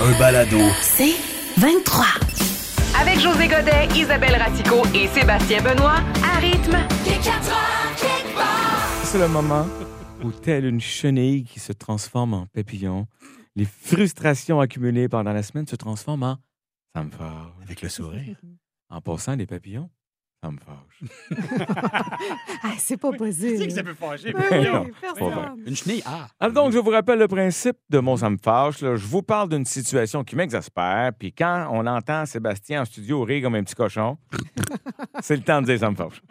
Un balado. C'est 23. Avec José Godet, Isabelle Ratico et Sébastien Benoît, à rythme. C'est le moment où, telle une chenille qui se transforme en papillon, les frustrations accumulées pendant la semaine se transforment en ça me fâche. Avec le sourire. En passant les papillons, ça me fâche. Ah, c'est pas possible. Tu sais que ça peut fâcher. Ben papillon. non. Personne. Pas bien. Une chenille, ah! Ah, donc, je vous rappelle le principe de mon ça me fâche. là. Je vous parle d'une situation qui m'exaspère, puis quand on entend Sébastien en studio rire comme un petit cochon, c'est le temps de dire ça me fâche.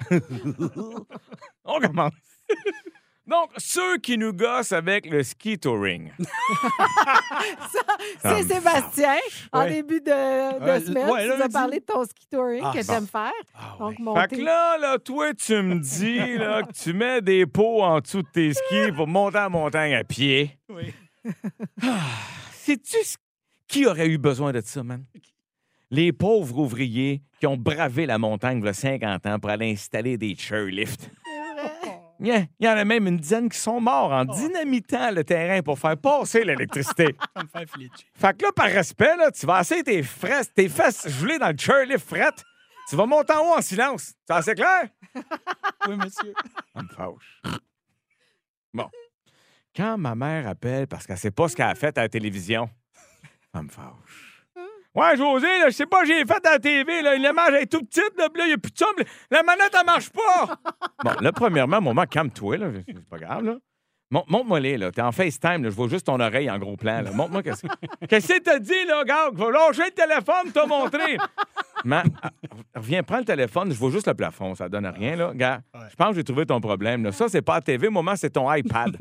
on commence. Donc, ceux qui nous gossent avec le ski touring. Ça me C'est Sébastien, en Ouais. début de, de Euh, semaine, ouais, là, tu nous as dis- parlé de ton ski touring Ah, que bon. j'aime faire. Ah, Donc, ouais. Fait que monter. là, là, toi, tu me dis là, que tu mets des pots en dessous de tes skis pour monter en montagne à pied. Ah, Oui. Sais-tu ce- qui aurait eu besoin de ça, man? Les pauvres ouvriers qui ont bravé la montagne il y a 50 ans pour aller installer des chairlifts. Il y en a même une dizaine qui sont morts en Oh. dynamitant le terrain pour faire passer l'électricité. Ça me fait flitcher. Fait que là, par respect, là, tu vas essayer tes fesses, tes fesses gelées dans le chairlift fret. Tu vas monter en haut en silence. C'est assez clair? Oui, monsieur. Ça me fâche. Bon. Quand ma mère appelle parce qu'elle sait pas ce qu'elle a fait à la télévision, ça me fâche. Ouais, José, là, je sais pas, j'ai fait à la TV, là, l'image est tout petite, là, puis là, il y a plus de somme, là, la manette, elle marche pas! bon, là, premièrement, moment, calme-toi, là, c'est pas grave, là. Mon- Montre-moi les, là. T'es en FaceTime, là. Je vois juste ton oreille en gros plan, là. Montre-moi qu'est-ce que. Qu'est-ce que t'as dit, là, gars? Je vais lâcher le téléphone, t'as montré. Man, ah, reviens, prends le téléphone, je vois juste le plafond, ça donne rien, là. Gars, je pense que j'ai trouvé ton problème, là. Ça, c'est pas la TV, moment, c'est ton iPad.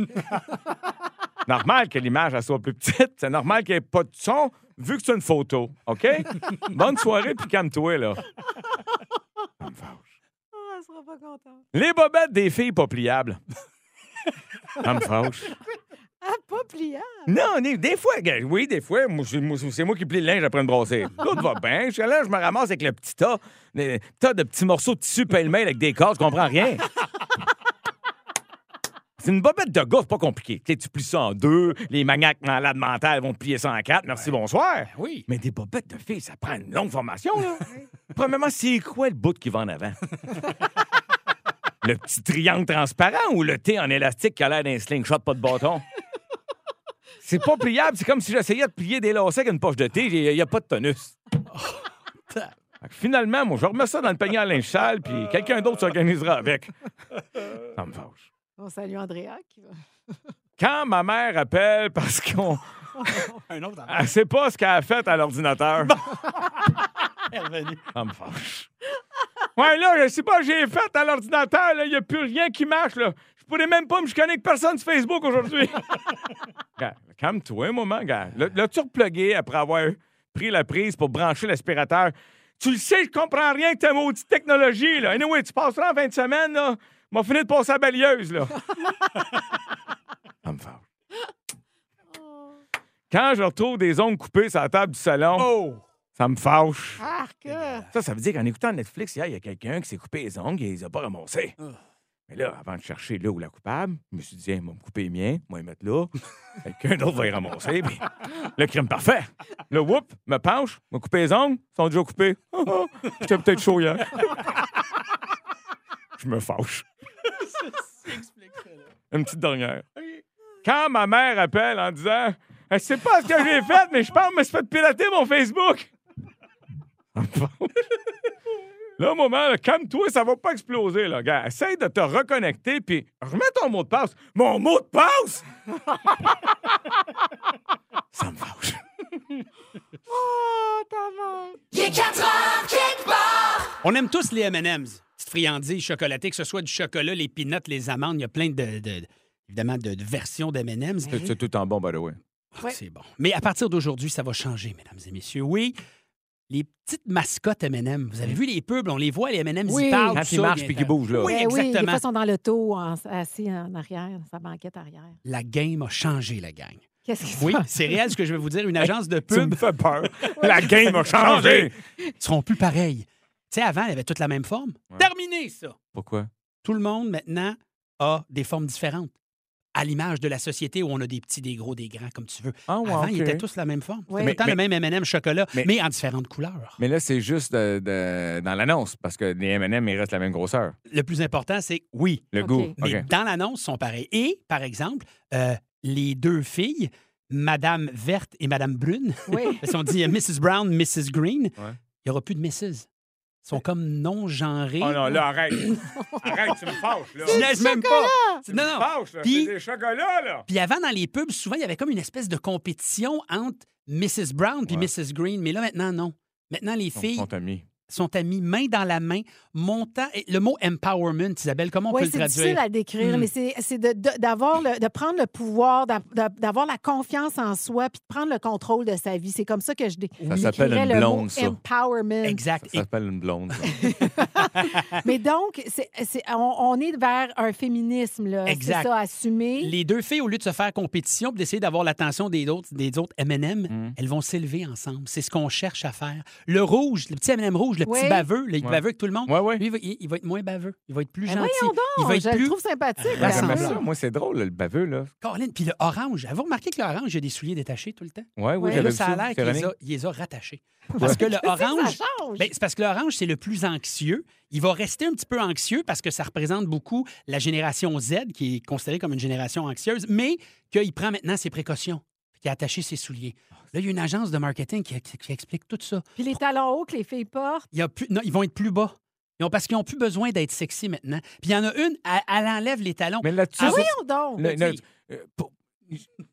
normal que l'image, elle soit plus petite. C'est normal qu'il n'y ait pas de son, vu que c'est une photo. OK? Bonne soirée, puis calme-toi, là. Ça me fâche. Ah, elle sera pas contente. Les bobettes des filles pas pliables. Ça me fâche. Ah, pas pliable. Non, des- des fois, gars, oui, des fois, moi, c'est moi, c'est moi qui plie le linge après une brossée. L'autre va bien. Je suis là, je me ramasse avec le petit tas, le tas de petits morceaux de tissu pêle-mêle avec des cordes, je comprends rien. C'est une bobette de gars, c'est pas compliqué. Tu sais, tu plies ça en deux, les maniaques malades mentales vont te plier ça en quatre, merci, bonsoir. Oui. Mais des bobettes de filles, ça prend une longue formation, là. Premièrement, c'est quoi le bout qui va en avant? le petit triangle transparent ou le T en élastique qui a l'air d'un slingshot, pas de bâton? C'est pas pliable, c'est comme si j'essayais de plier des lacets avec une poche de thé, il n'y a pas de tonus. Fait que Finalement, moi, je remets ça dans le panier à linge sale, puis quelqu'un d'autre s'organisera avec. Ça me fâche On salue Andrea qui va. quand ma mère appelle parce qu'on Un autre en ne sait pas ce qu'elle a fait à l'ordinateur, est revenu. ça me fâche. Ouais, là, je sais pas, j'ai fait à l'ordinateur, là, il n'y a plus rien qui marche, là. Je pourrais même pas me chicaner avec personne sur Facebook aujourd'hui. Gars, Calme-toi un moment, gars. Là, là, tu replugué après avoir pris la prise pour brancher l'aspirateur. Tu le sais, je comprends rien que ta maudite technologie, là. Anyway, tu passeras en fin de semaine, là. M'a fini de passer à la balieuse, là. ça me fâche. Oh. Quand je retrouve des ongles coupés sur la table du salon, Oh! ça me fâche. Arc! euh, Ça, ça veut dire qu'en écoutant Netflix hier, il y a quelqu'un qui s'est coupé les ongles et il les a pas ramassés. Mais là, avant de chercher là où la coupable, je me suis dit, Hey, moi, me couper les miens, moi, les mettre là. quelqu'un d'autre va les ramasser. puis le crime parfait. Le whoop, me penche, me couper les ongles, ils sont déjà coupés. Oh, oh, J'étais peut-être chaud hier. Je me fâche. Une petite dernière. Quand ma mère appelle en disant Je sais pas ce que j'ai fait, mais je pense que je me suis fait pirater mon Facebook. Ça me fâche. Là, au moment, là, calme-toi, ça va pas exploser, là, gars. Essaye de te reconnecter, puis remets ton mot de passe. Mon mot de passe! ça me fâche. Oh, ta mère. On aime tous les M&M's. Petites friandises chocolatées, que ce soit du chocolat, les peanuts, les amandes. Il y a plein de... de- évidemment, de, de versions d'M&M's. C'est tout en bon, by the way. Ah, Ouais. C'est bon. Mais à partir d'aujourd'hui, ça va changer, mesdames et messieurs. Oui, les petites mascottes M&M. Vous avez vu les pubs, on les voit, les M&M, Oui. ils parlent. Quand tout il ça, marche bien puis fait. qu'il bouge, là. Oui, Ben Oui, des exactement. fois, ils sont dans l'auto, en- assis en arrière, sa banquette arrière. La game a changé, la gang. Qu'est-ce qui se Oui, passe? c'est réel ce que je vais vous dire. Une agence de Tu pub me fais peur. La game a changé. seront plus pareilles. Tu sais, avant, elles avaient toutes la même forme. Ouais. Terminé, ça. Pourquoi? Tout le monde, maintenant, a des formes différentes. À l'image de la société où on a des petits, des gros, des grands, comme tu veux. Ah, Avant, ils ok. étaient tous la même forme. Ouais. Mais, Mais- Tout le temps le même M&M chocolat, mais, mais- en différentes couleurs. Mais là, c'est juste euh, de- dans l'annonce, parce que les M&M, ils restent la même grosseur. Le plus important, c'est oui. Le Ok. goût. Mais OK. dans l'annonce, ils sont pareils. Et, par exemple, euh, les deux filles, Madame Verte et Madame Brune, Oui. si on dit euh, Mrs. Brown, Mrs. Green, il Ouais. n'y aura plus de Mrs. Ils sont comme non-genrés. Oh non, là, arrête. arrête, tu me fâches, là. Tu niaises même pas. Tu Non, me non. fâches, là. Puis- C'est des chocolats, là. Puis avant, dans les pubs, souvent, il y avait comme une espèce de compétition entre Mrs. Brown puis Ouais. Mrs. Green. Mais là, maintenant, non. Maintenant, les filles Ton ami. sont amies main dans la main, montant. et Le mot empowerment, Isabelle, comment on Oui, peut le c'est difficile traduire? à décrire, Hmm. mais c'est c'est de, de- d'avoir le- de prendre le pouvoir, d'a- d'a- d'avoir la confiance en soi, puis de prendre le contrôle de sa vie. C'est comme ça que je dé- Ça décrirais s'appelle une le mot blonde, ça. Empowerment. Exact. Ça s'appelle une blonde. ça. Mais donc, c'est, c'est- on, on est vers un féminisme, là. Exact. C'est ça, assumé. Et les deux filles, au lieu de se faire compétition puis d'essayer d'avoir l'attention des autres, des autres M&M, Mm. elles vont s'élever ensemble. C'est ce qu'on cherche à faire. Le rouge, le petit M&M rouge, le petit Oui. baveux, le Ouais. baveux avec tout le monde, Ouais, ouais. lui, il va, il- il va être moins baveux. Il va être plus Mais gentil. Ben voyons donc, il va être je plus... le trouve sympathique. Ouais, Ah, là. ça me j'aime semble. ça. Moi, c'est drôle, le baveux, là. Colin, puis le orange. Avez-vous remarqué que le orange, il y a des souliers détachés tout le temps? Ouais, oui, Ouais. Là, j'avais ça vu a l'air qu'il Véronique. les a- il les a rattachés. Parce que le Ça, orange... Ça change. Ben, c'est parce que l'orange, c'est le plus anxieux. Il va rester un petit peu anxieux parce que ça représente beaucoup la génération Z, qui est considérée comme une génération anxieuse, mais qu'il prend maintenant ses précautions, qu'il a attaché ses souliers. Là, il y a une agence de marketing qui, qui explique tout ça. Puis les talons hauts que les filles portent. Il y a plus- non, ils vont être plus bas. Ils ont- parce qu'ils n'ont plus besoin d'être sexy maintenant. Puis il y en a une, elle, elle enlève les talons. Mais là-dessus, ça- Ah, voyons donc. le- le- dis- euh, pour-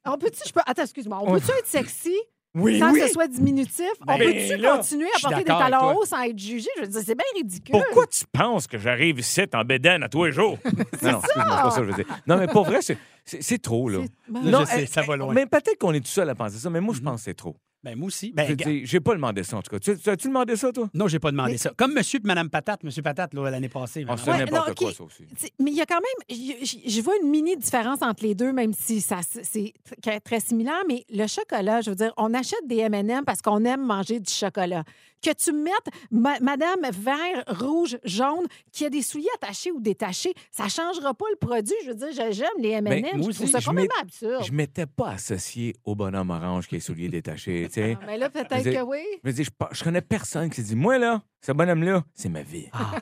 On peut-tu, je peux... Attends, excuse-moi. On On- peut-tu être sexy Oui, sans oui. que ce soit diminutif? Ben, on peut-tu là, continuer je à suis porter des d'accord avec talons toi. hauts sans être jugé? Je veux dire, c'est bien ridicule. Pourquoi tu penses que j'arrive ici en bédaine à tous les jours? non, non, excuse-moi, c'est pas ça que je veux dire. Non, mais pour vrai, c'est- c'est c'est trop, là. C'est- ben, Là, Non, je sais, eh, ça va eh, loin. Mais peut-être qu'on est tout seul à penser ça, mais moi, je pense que c'est trop. Ben, moi aussi. Je Ben, veux regarde. dire, J'ai pas demandé ça, en tout cas. Tu, tu as-tu demandé ça, toi? non, j'ai pas demandé Mais- ça. Comme monsieur et madame Patate, monsieur Patate, là, l'année passée. On madame- se Ouais, fait n'importe non, quoi, ok. ça aussi. T'sais, Mais il y a quand même, je- je je vois une mini différence entre les deux, même si ça s- c'est tr- très similaire. Mais le chocolat, je veux dire, on achète des M&M parce qu'on aime manger du chocolat. Que tu mettes ma- Madame vert, rouge, jaune, qui a des souliers attachés ou détachés, ça changera pas le produit. Je veux dire, je- j'aime les M&M. Ben, moi je trouve aussi, ça je complètement mets- absurde. Je m'étais pas associé au bonhomme orange qui est souliers détachés, tu sais. Ah, mais là, peut-être Je- que oui. Je veux dire, je, pa- je connais personne qui s'est dit, moi, là, ce bonhomme-là, c'est ma vie. Ah.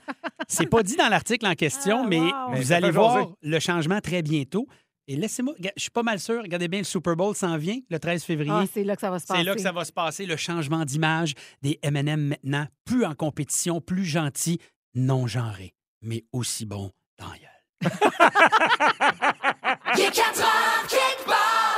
C'est pas dit dans l'article en question, Ah, mais wow. Mais vous ça allez fait voir jaser. le changement très bientôt. Et laissez-moi, ga- je suis pas mal sûr, regardez bien, le Super Bowl s'en vient le 13 février. Ah, c'est là que ça va se passer. c'est là que ça va se passer, le changement d'image des M&M maintenant, plus en compétition, plus gentil, non genré, mais aussi bon dans la gueule.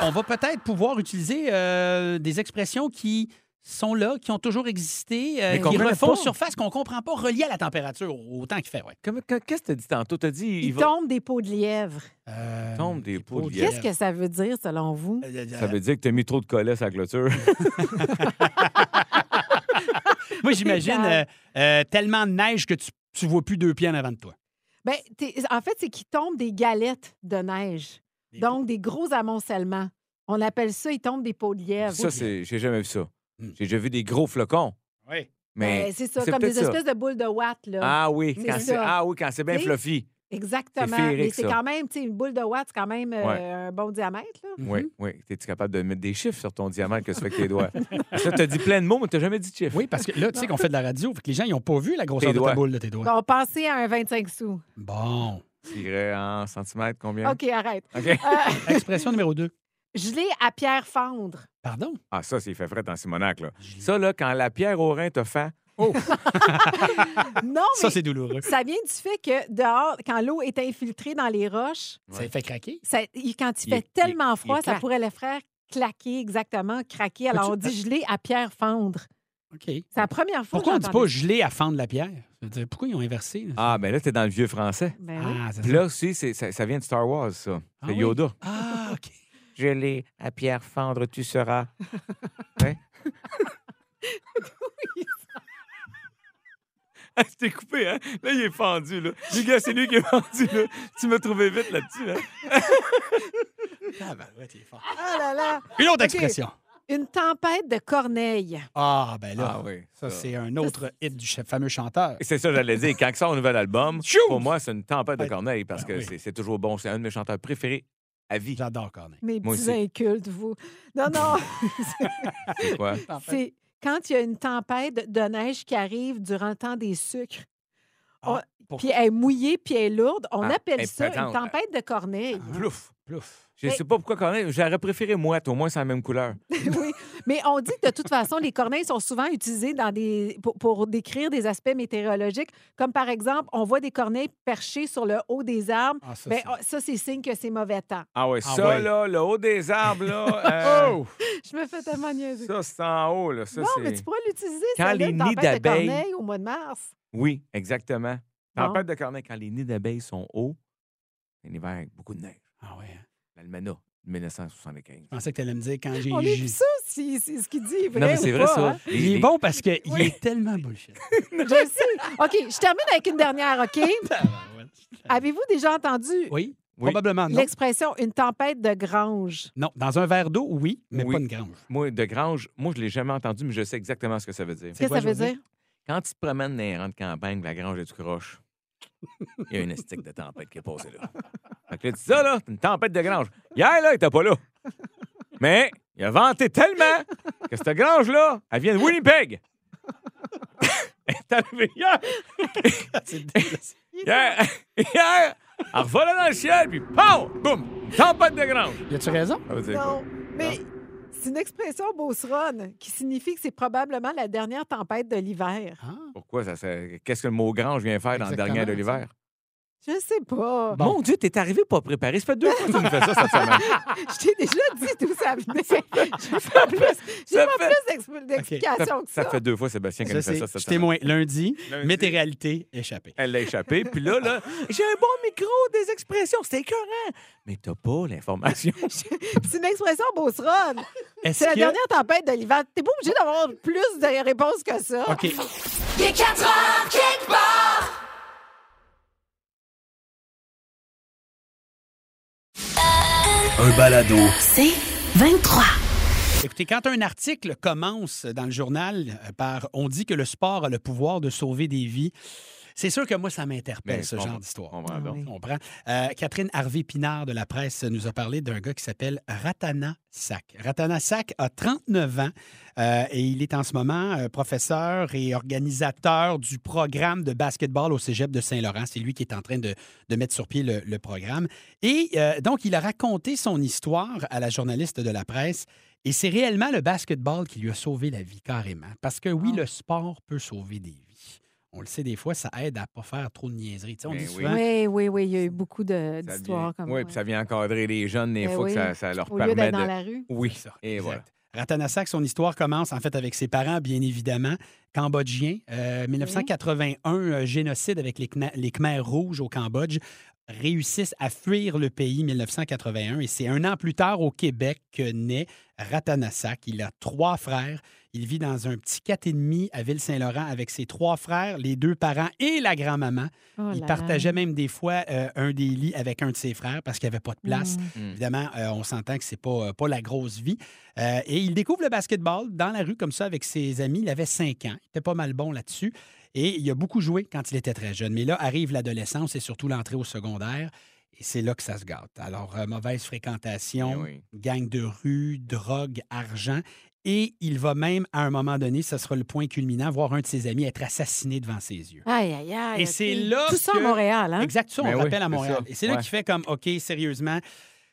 On va peut-être pouvoir utiliser euh, des expressions qui sont là, qui ont toujours existé, euh, Mais qu'on qui connaît refont pas. surface qu'on comprend pas, reliées à la température, au temps qu'il fait, ouais. Comment- que- Qu'est-ce que t'as dit tantôt? T'as dit, Il, va- tombe des peaux de lièvre. Euh, Tombe des pots de pots de lièvre. Qu'est-ce que ça veut dire, selon vous? Euh, euh, Ça veut dire que t'as mis trop de collet sur la clôture. Moi, j'imagine bizarre. euh, euh, tellement de neige que tu tu vois plus deux pieds en avant de toi. Ben, t'es- en fait, c'est qu'il tombe des galettes de neige. Des Donc, des gros amoncellements. On appelle ça, il tombe des peaux de lièvre. ça, c'est, j'ai jamais vu ça. Hmm. J'ai déjà vu des gros flocons. Oui. Mais Ben, c'est ça, c'est comme peut-être des espèces de boules de watt, là. Ah oui, C'est quand ça. c'est, ah oui, quand c'est bien Tu sais? fluffy. c'est Exactement. féerique, Mais c'est ça. quand même, tu sais, une boule de watt, c'est quand même euh, Ouais. un bon diamètre, là. Mm-hmm. Oui, oui. T'es-tu capable de mettre des chiffres sur ton diamant que ça fait que tes doigts? Ça, t'as dit plein de mots, mais t'as jamais dit de chiffres. Oui, parce que là, tu sais qu'on fait de la radio, fait que les gens, ils n'ont pas vu la grosseur Tes de ta doigts. boule de tes doigts. On pensait à un 25 sous. Bon. Tirer en centimètres, combien? OK, arrête. OK. Euh, Expression numéro 2. gelé à pierre fendre. Pardon? Ah, ça, c'est fait frais dans Simonac, là. Ça, là, quand la pierre au rein te fait. Non, Ça, mais c'est douloureux. ça vient du fait que dehors, quand l'eau est infiltrée dans les roches, Ça fait craquer. Ça- il- quand il Il- fait il- tellement froid, il ça claque. pourrait le faire claquer, exactement, craquer. Alors, Peux-tu- on dit gelé à pierre fendre. OK. C'est la première fois Pourquoi on que ne dit pas j'entendais gelé à fendre la pierre? Je veux dire, Pourquoi ils ont inversé? là? Ah, ben là, t'es dans le vieux français. Ah. ça. Ben oui. c'est Puis ça. là aussi, c'est- ça, ça vient de Star Wars, ça. Ah C'est oui? Yoda. Ah, OK. gelé à pierre fendre, tu seras. Hein? Ah, je t'ai coupé, hein? Là, il est fendu, là. Les gars, c'est lui qui est fendu, là. Tu m'as trouvé vite là-dessus, hein? Ah, ben, ouais, t'es fort. Ah là là! Une OK. autre expression. Une tempête de corneilles. Ah, ben là, Ah oui, ça, ça. c'est un autre hit du ch- fameux chanteur. C'est ça, j'allais dire. Quand ça, un nouvel album, Chou! pour moi, c'est une tempête de corneilles parce Ben que oui. c'est- c'est toujours bon. C'est un de mes chanteurs préférés à vie. J'adore Corneille. Mes Moi petits aussi. incultes, vous. Non, non, C'est quoi? c'est quand il y a une tempête de neige qui arrive durant le temps des sucres, Ah, on- pour- puis elle est mouillée, puis elle est lourde, on Ah, appelle elle ça pétante. une tempête de corneilles. Ah. Plouf! Plouf. Je Mais- sais pas pourquoi corneille. J'aurais préféré mouette. Au moins, c'est la même couleur. oui, mais on dit que de toute façon, les corneilles sont souvent utilisées dans des, pour, pour décrire des aspects météorologiques, comme par exemple, on voit des corneilles perchées sur le haut des arbres. Ah, ça, Ben, c'est- ah, ça, c'est signe que c'est mauvais temps. Ah ouais, Ah ça, ouais. là, le haut des arbres, là. Ah euh, Je me fais tellement niaiser. Ça, c'est en haut, là. Ça, non, c'est... mais tu pourrais l'utiliser, Quand celle-là, les une nids tempête de d'abeilles- corneilles au mois de mars. Oui, exactement. Bon. Tempête de corneille, quand les nids d'abeilles sont hauts, c'est un hiver avec beaucoup de neige. Ah ouais. hein. L'Almana, 1975. Je pensais que tu allais me dire quand j'ai. On est j'ai- plus ça, si, si ce qu'il dit est vrai Non, mais c'est ou vrai, pas, ça. hein? Les- Il est les- bon parce qu'il est tellement bullshit. Je le sais. OK, je termine avec une dernière, OK? Avez-vous déjà entendu oui, Oui. probablement non. l'expression une tempête de grange? Non, dans un verre d'eau, oui, mais Oui. pas une grange. Moi, de grange, moi, je l'ai jamais entendu, mais je sais exactement ce que ça veut dire. Qu'est-ce que quoi, ça veut Josée? dire? Quand tu te promènes dans les rangs de campagne, la grange est du croche, il y a une estique de tempête qui est posée là. Fait que là, tu dis ça, là, c'est une tempête de grange. Hier, là, il était pas là. Mais il a vanté tellement que cette grange-là, elle vient de Winnipeg. elle est arrivée hier. C'est dégueulasse. Hier, hier, elle revolait dans le ciel, puis POW! Boum! Une tempête de grange. Y a-tu raison? Ça veut dire quoi? Non, mais c'est une expression beauceronne qui signifie que c'est probablement la dernière tempête de l'hiver. Hein? Ah. Pourquoi ça, serait- Qu'est-ce que le mot grange vient faire dans le Exactement, dernier de l'hiver? Je sais pas. Bon. Mon Dieu, t'es arrivé pas préparé. Ça fait deux fois que tu me fais ça cette semaine. Je t'ai déjà dit d'où ça venait. J'ai pas plus, j'ai ça pas fait- plus d'expl- Ça, d'explications que ça. ça fait deux fois, Sébastien, qu'elle Ça, me fait c'est, ça je cette suis semaine. témoin. Lundi, Lundi. météoralité échappée. Elle l'a échappé. Puis là, là j'ai un bon micro, des expressions. C'était écœurant. Mais t'as pas l'information. C'est une expression beauceronne. Est-ce C'est la que- dernière tempête de l'hiver. T'es pas obligé d'avoir plus de réponses que ça. OK. Il est 4 heures quelque part. Un balado. C'est 23. Écoutez, quand un article commence dans le journal euh, par On dit que le sport a le pouvoir de sauver des vies, c'est sûr que moi, ça m'interpelle, Mais ce on- genre d'histoire. Ben, on va donc. Tu comprends? Euh, Catherine Harvey-Pinard de la presse nous a parlé d'un gars qui s'appelle Ratana Sack. Ratana Sack a 39 ans euh, et il est en ce moment euh, professeur et organisateur du programme de basketball au cégep de Saint-Laurent. C'est lui qui est en train de, de mettre sur pied le, le programme. Et euh, donc, il a raconté son histoire à la journaliste de la presse. Et c'est réellement le basketball qui lui a sauvé la vie, carrément. Parce que oui, Ah. le sport peut sauver des vies. On le sait des fois, ça aide à pas faire trop de niaiseries. Tu sais, on Ben dit oui. souvent, Oui, oui, oui, il y a eu beaucoup de- Ça d'histoires vient- comme Oui, puis ça vient encadrer les jeunes des Ben fois oui. que ça, ça leur Au lieu permet d'être de. dans la rue. Oui, C'est ça, et exact. voilà. Ratanasak, son histoire commence en fait avec ses parents, bien évidemment, cambodgiens. Euh, 1981, euh, génocide avec les, Khmer- les Khmers rouges au Cambodge, réussissent à fuir le pays 1981. Et c'est un an plus tard au Québec que naît Ratanasak. Il a trois frères. Il vit dans un petit 4,5 à Ville-Saint-Laurent avec ses trois frères, les deux parents et la grand-maman. Oh là il là. partageait même des fois euh, un des lits avec un de ses frères parce qu'il n'y avait pas de place. Mmh. Mm. Évidemment, euh, on s'entend que c'est pas, euh, pas la grosse vie. Euh, et il découvre le basketball dans la rue comme ça avec ses amis. Il avait 5 ans. Il était pas mal bon là-dessus. Et il a beaucoup joué quand il était très jeune. Mais là arrive l'adolescence et surtout l'entrée au secondaire. Et c'est là que ça se gâte. Alors, euh, mauvaise fréquentation, Eh oui. gang de rue, drogue, argent. Et il va même, à un moment donné, ce sera le point culminant, voir un de ses amis être assassiné devant ses yeux. Aïe, aïe, aïe. Et ok. c'est là Tout ça que- à Montréal, hein? Exact, ça, on Ben le oui, rappelle à c'est Montréal. ça. Et c'est là Ouais. qu'il fait comme, OK, sérieusement.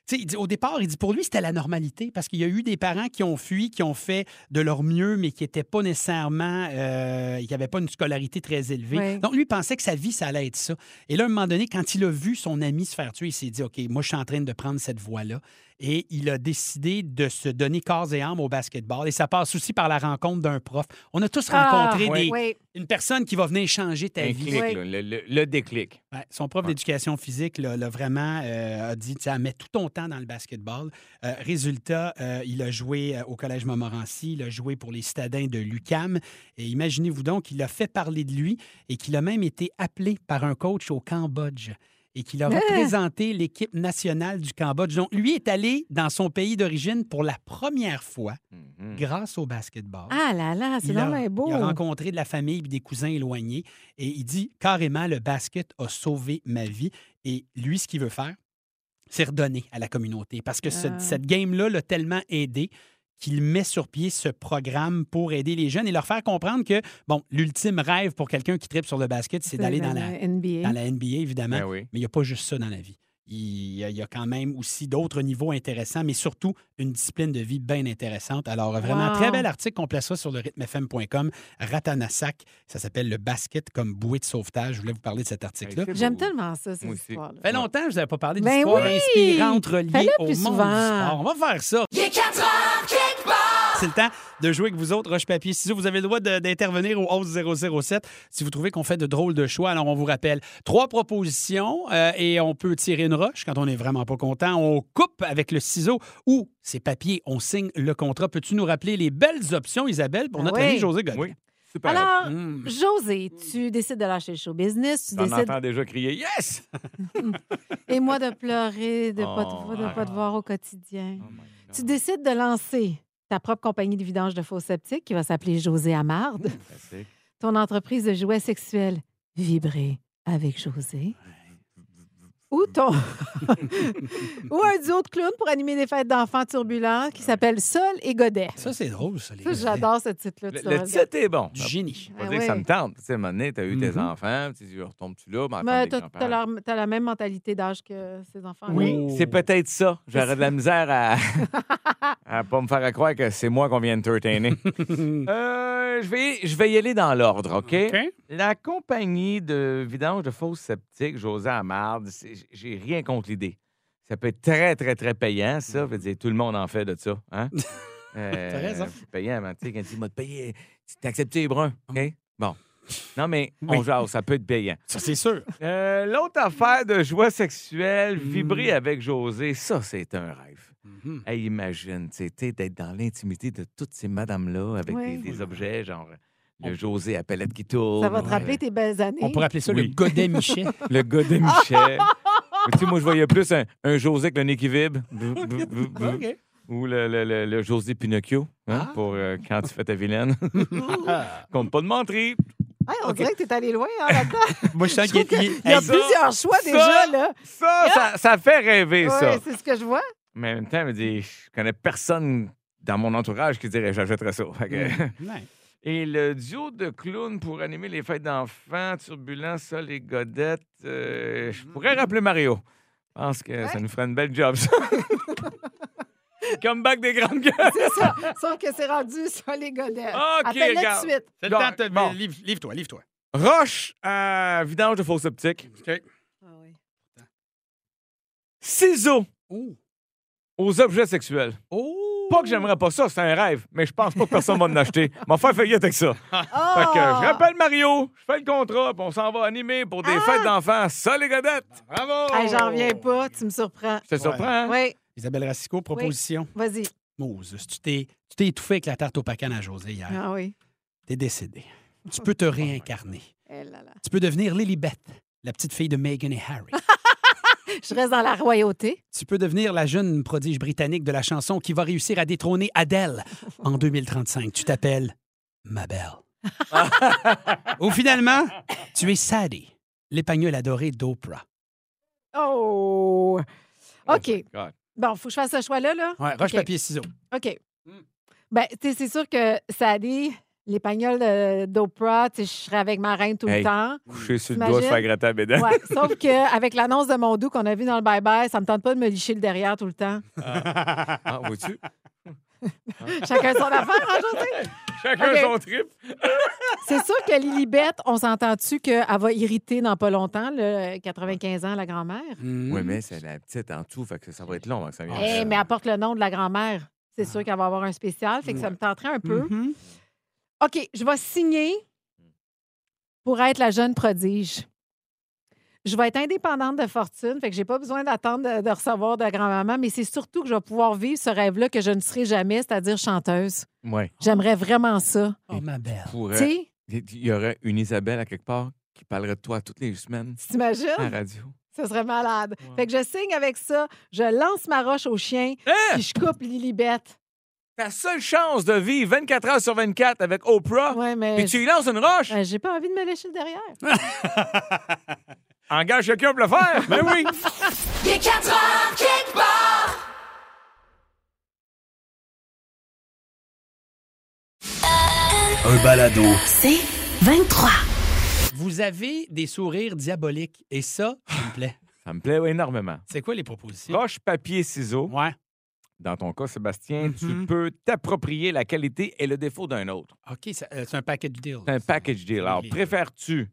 Tu sais, il dit- au départ, il dit pour lui, c'était la normalité parce qu'il y a eu des parents qui ont fui, qui ont fait de leur mieux, mais qui n'étaient pas nécessairement. euh, qui n'avaient pas une scolarité très élevée. Ouais. Donc, lui, il pensait que sa vie, ça allait être ça. Et là, à un moment donné, quand il a vu son ami se faire tuer, il s'est dit OK, moi, je suis en train de prendre cette voie-là. et il a décidé de se donner corps et âme au basketball. Et ça passe aussi par la rencontre d'un prof. On a tous Ah, rencontré oui. des- Oui. une personne qui va venir changer ta Un vie. clic, Oui. là, le, le- le déclic. Ouais, son prof d'éducation physique là, l'a vraiment euh, a dit tu sais, mets tout ton temps dans le basketball. Euh, résultat, euh, il a joué euh, au Collège Montmorency, il a joué pour les citadins de l'UCAM. Et imaginez-vous donc, il a fait parler de lui et qu'il a même été appelé par un coach au Cambodge et qu'il a représenté l'équipe nationale du Cambodge. Donc, lui est allé dans son pays d'origine pour la première fois grâce au basketball. Ah là là, c'est Il a, vraiment beau. il a rencontré de la famille et des cousins éloignés. Et il dit carrément le basket a sauvé ma vie. Et lui, ce qu'il veut faire, c'est redonner à la communauté. Parce que ce- Ah. cette game-là l'a tellement aidé qu'il met sur pied ce programme pour aider les jeunes et leur faire comprendre que, bon, l'ultime rêve pour quelqu'un qui tripe sur le basket, c'est d'aller dans la, NBA. dans la NBA, évidemment. Ben oui. Mais il n'y a pas juste ça dans la vie. Il y a, il y a quand même aussi d'autres niveaux intéressants, mais surtout une discipline de vie bien intéressante. Alors, euh, vraiment, Wow. très bel article qu'on place ça sur le rythmefm.com. Ratanasak, ça s'appelle le basket comme bouée de sauvetage. Je voulais vous parler de cet article-là. Hey, c'est J'aime beau. tellement ça, cette Moi aussi. histoire-là. Ça fait longtemps que je n'avais pas parlé Ben d'histoire oui! inspirante reliée Fais-le au monde plus du souvent. sport. On va faire ça. Il est 4 heures, kickball. C'est le temps de jouer avec vous autres, Roche Papier Ciseaux. Vous avez le droit de- d'intervenir au 11007 si vous trouvez qu'on fait de drôles de choix. Alors, on vous rappelle trois propositions euh, et on peut tirer une roche quand on n'est vraiment pas content. On coupe avec le ciseau ou c'est papier, on signe le contrat. Peux-tu nous rappeler les belles options, Isabelle, pour Ah notre oui. ami José Godin? Oui. Super. Alors, Hmm. José, tu décides de lâcher le show business, tu On décides, entend déjà crier Yes! et moi de pleurer, de ne pas, Oh, te- de pas te arrête. voir au quotidien. Tu décides de lancer ta propre compagnie de vidange de faux sceptiques qui va s'appeler José Amarde. Ton entreprise de jouets sexuels, Vibrer avec José. Ou ton. Ou un duo de clowns pour animer des fêtes d'enfants turbulents qui s'appelle Sol et Godet. Ça, c'est drôle, ça, les Ça, gars. j'adore ce titre-là. Le, tu le devrais titre est bon. Du génie. Faut Ah dire que ça ouais. me tente. Tu sais, à un moment donné, t'as eu tes Mhm. enfants, puis tu retombes-tu là? mais attends, Mais Ben, t'as des t'as grands-parents. la, t'as la même mentalité d'âge que ces enfants. Oui, Oh. c'est peut-être ça. J'aurais de la misère à... à pas me faire à croire que c'est moi qu'on vient entertainer. Euh, je, vais, je vais y aller dans l'ordre, OK? OK. La compagnie de vidange de fausses sceptiques, José Amarde, c'est- j- j'ai rien contre l'idée. Ça peut être très, très, très payant, ça. Je veux dire, tout le monde en fait de ça. Hein? Euh, Mm. T'as raison. C'est payant, mais tu sais, quand tu dis, moi, te payer, tu t'acceptes les bruns, OK? Bon. Non, mais on Mm. Oui. jase, ça peut être payant. Ça, c'est sûr. Euh, L'autre affaire de joie sexuelle, Mm. vibrer avec José, ça, c'est un rêve. Mhm. Hey, imagine, tu sais, t'es- d'être dans l'intimité de toutes ces madames-là avec Ouais. des, des objets, genre le On- José à palette qui tourne. Oh. Ça va te euh, rappeler tes belles années. On pourrait appeler ça le Oui. Godet Michet. Le gars de Michel. tu sais, moi, je voyais plus un, un José avec le nez qui vibre. Bou- bou- bou- bou. OK. Ou le, le- le- le José Pinocchio, hein, Ah. pour euh, quand tu fais ta vilaine. Compte pas de mentir. Hey, on OK. dirait que t'es allé loin hein, là-dedans. Moi, je sens Je qu'il trouve est- il est- Il y a Hey, plusieurs choix ça, déjà, là. Ça, Ah! ça, ça fait rêver, ça. Ouais, c'est ce que je vois. Mais en même temps, je me dis, je connais personne dans mon entourage qui dirait j'achèterais ça. Fait que- Ouais. Et le duo de clowns pour animer les fêtes d'enfants, Turbulent, Sol et Godette, euh, je pourrais rappeler Mario. Je pense que ça nous ferait une belle job, ça. Comeback des grandes gueules. C'est ça. Sauf que c'est rendu sur les godets. Appelle-le regarde. de suite. C'est le Donc, temps de te- bon. livre- Livre-toi, livre-toi. Roche à vidange de fausse optique. OK. Ciseaux Oh. aux objets sexuels. Oh. Pas que j'aimerais pas ça, c'est un rêve, mais je pense pas que personne va en acheter. M'en faire faillite avec ça. Fait que Ah! je rappelle Mario, je fais le contrat, puis on s'en va animer pour des fêtes d'enfants. Ça, les godettes! Bravo! Hey, J'en reviens pas, tu me surprends. Je te surprends, hein? Oui, Isabelle Racicot, proposition. vas-y. Moses, tu t'es tu t'es étouffé avec la tarte au pacan à José hier. Ah oui. T'es décédé. Tu peux te réincarner. Eh là là. Tu peux devenir Lilybeth, la petite fille de Meghan et Harry. Je reste dans la royauté. tu peux devenir la jeune prodige britannique de la chanson qui va réussir à détrôner Adele en 2035. Tu t'appelles Ma Belle. Ou finalement, tu es Sadie, l'épagnole adorée d'Oprah. Oh! OK. God. Bon, faut que je fasse ce choix-là, là. Ouais, roche, OK. papier, ciseaux. Ah. OK. Hmm. Ben, tu sais, c'est sûr que Sadie, l'épagnol euh, d'Oprah, tu sais, je serais avec ma reine tout Hey. le temps. Couché sur le T'imagines? doigt, se faire gratter à bédette. Ouais, sauf qu'avec l'annonce de mon doux qu'on a vu dans le bye-bye, ça me tente pas de me licher le derrière tout le temps. Ah, vois-tu? Chacun son affaire, hein, José? Chacun OK. son trip. C'est sûr que Lilibette, on s'entend-tu qu'elle va irriter dans pas longtemps, le 95 ans, la grand-mère? Mhm. Oui, mais c'est la petite en tout, fait que ça va être long avant que ça vienne. Eh, mais elle porte le nom de la grand-mère. C'est sûr qu'elle va avoir un spécial, fait que ça me tenterait un peu. Mhm. OK, je vais signer pour être la jeune prodige. Je vais être indépendante de fortune, fait que j'ai pas besoin d'attendre de, de recevoir de grand-maman, mais c'est surtout que je vais pouvoir vivre ce rêve-là que je ne serai jamais, c'est-à-dire chanteuse. Ouais. J'aimerais vraiment ça. Oh, ma belle. Tu Pourrait- sais, Il y aurait une Isabelle à quelque part qui parlerait de toi toutes les semaines tu t'imagines? à la radio. Ça serait malade. Fait que je signe avec ça, je lance ma roche au chien, Hein? puis je coupe Lilibette. Hein? Ta seule chance de vivre 24 heures sur 24 avec Ah! Oprah, Ouais, mais puis tu lui lances une roche, euh, j'ai pas envie de me lécher le derrière. engage quelqu'un pour le faire. ben oui. Il est 4 heures, kick bar. Un balado. C'est 23. Vous avez des sourires diaboliques. Et ça, ça me plaît. Ah, Ça me plaît énormément. C'est quoi les propositions? Roche, papier, ciseaux. Ouais. Dans ton cas, Sébastien, Mhm. tu peux t'approprier la qualité et le défaut d'un autre. OK, ça- euh, c'est un package deal. C'est un package deal. Alors, Ok. préfères-tu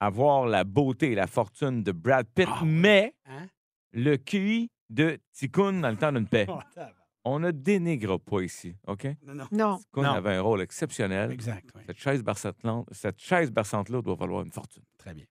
avoir la beauté et la fortune de Brad Pitt, mais Hein? le QI de Tikkun dans le temps d'une paix? Oh, tabarnak. On ne dénigre pas ici, OK? non, non. Non. Tikkun Non. avait un rôle exceptionnel. Exact, oui. Cette chaise berçante-là cette chaise berçante-là doit valoir une fortune. Très bien.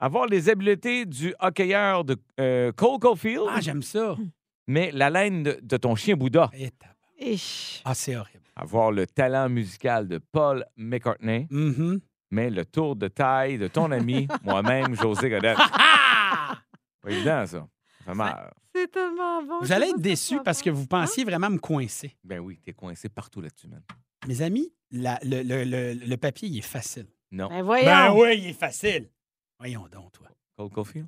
Avoir les habiletés du hockeyeur de euh, Cole Caulfield, Ah, Eh. j'aime ça. Mm. mais la laine de, de ton chien Bouddha. Et tabarnak. Ich. Ah, c'est horrible. Avoir le talent musical de Paul McCartney, Mhm. mais le tour de taille de ton ami, moi-même, José Godet. Pas évident, ça. Ça fait mal. C'est tellement bon. Vous allez être déçus parce que vous pensiez vraiment me coincer. Ben oui, t'es coincé partout là-dessus, man. Mes amis, la- le, le- le- le papier, il est facile. Non. Ben voyons. oui, il est facile. Voyons donc, toi. Cole Caulfield?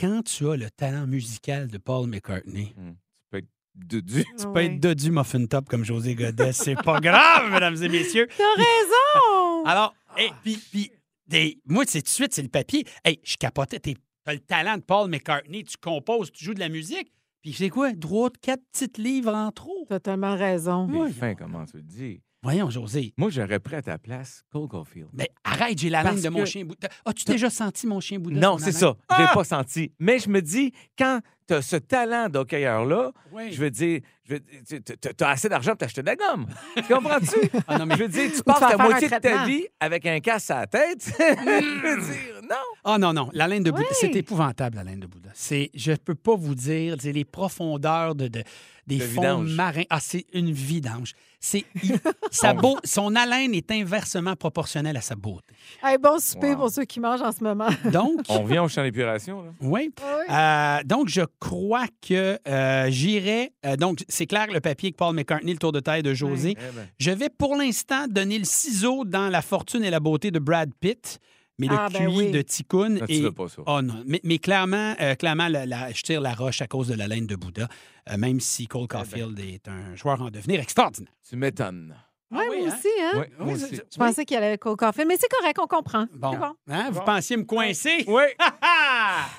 Quand tu as le talent musical de Paul McCartney, Hmm. Tu peux être dodu. tu peux être dodu muffin top comme José Godet, c'est pas grave, mesdames et messieurs. T'as raison! Alors, et puis, puis, des- moi, c'est tout de suite, c'est le papier. Hey, je capotais. T'es- T'as le talent de Paul McCartney, tu composes, tu joues de la musique. Puis c'est quoi? Droit de quatre petites livres en trop. T'as tellement raison. T'es Voyons. fin, comment tu le dis? Voyons, José. Moi, j'aurais pris à ta place Cole Caulfield. Mais arrête, j'ai la laine Parce de mon que- chien Bouddha. As-tu déjà senti mon chien Bouddha? Non, sur ma c'est main? ça. Je l'ai pas senti. Mais je me dis, quand t'as ce talent d'hockeyeur-là, Oui. je veux dire, je veux- tu- tu- tu- t'as assez d'argent pour t'acheter de la gomme. Tu comprends-tu? Ah, non, mais- Je veux dire, tu vas passes la faire un moitié de ta traitement. vie avec un casse à la tête. je veux dire, non. Ah non, non, la laine de Bouddha, Oui. c'est épouvantable, la laine de Bouddha. C'est, je ne peux pas vous dire, c'est les profondeurs de, de- des De fonds vidange. marins. Ah, c'est une vidange. C'est, il- sa beau, son haleine est inversement proportionnelle à sa beauté. Hey, bon souper Wow. pour ceux qui mangent en ce moment. Donc, On vient au champ d'épuration, là. oui. Euh, donc, je crois que euh, j'irai. euh, donc, c'est clair le papier que Paul McCartney, le tour de taille de José. Je vais pour l'instant donner le ciseau dans la fortune et la beauté de Brad Pitt, mais le Ah, ben QI oui. de Tikkun. Ça, Ah, tu et... veux pas ça. Oh non, mais, mais clairement, euh, clairement la- la- je tire la roche à cause de la laine de Bouddha, euh, même si Eh Cole ben. Caulfield est un joueur en devenir extraordinaire. Tu m'étonnes. Ah Ouais, moi aussi, hein? Ouais, moi Oui, aussi. c'est- Je pensais qu'il allait au café, mais c'est correct, on comprend. Bon. C'est bon. Hein, Vous pensiez me coincer? Oui.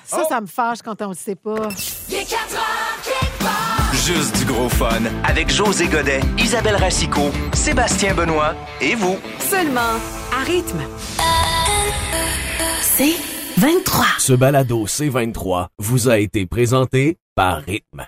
Ça, Oh! ça me fâche quand on le sait pas. Il est 4 heures, kick bar. Juste du gros fun. Avec José Godet, Isabelle Racicot, Sébastien Benoît et vous. Seulement à rythme. C'est 23. Ce balado C23 vous a été présenté par Rythme.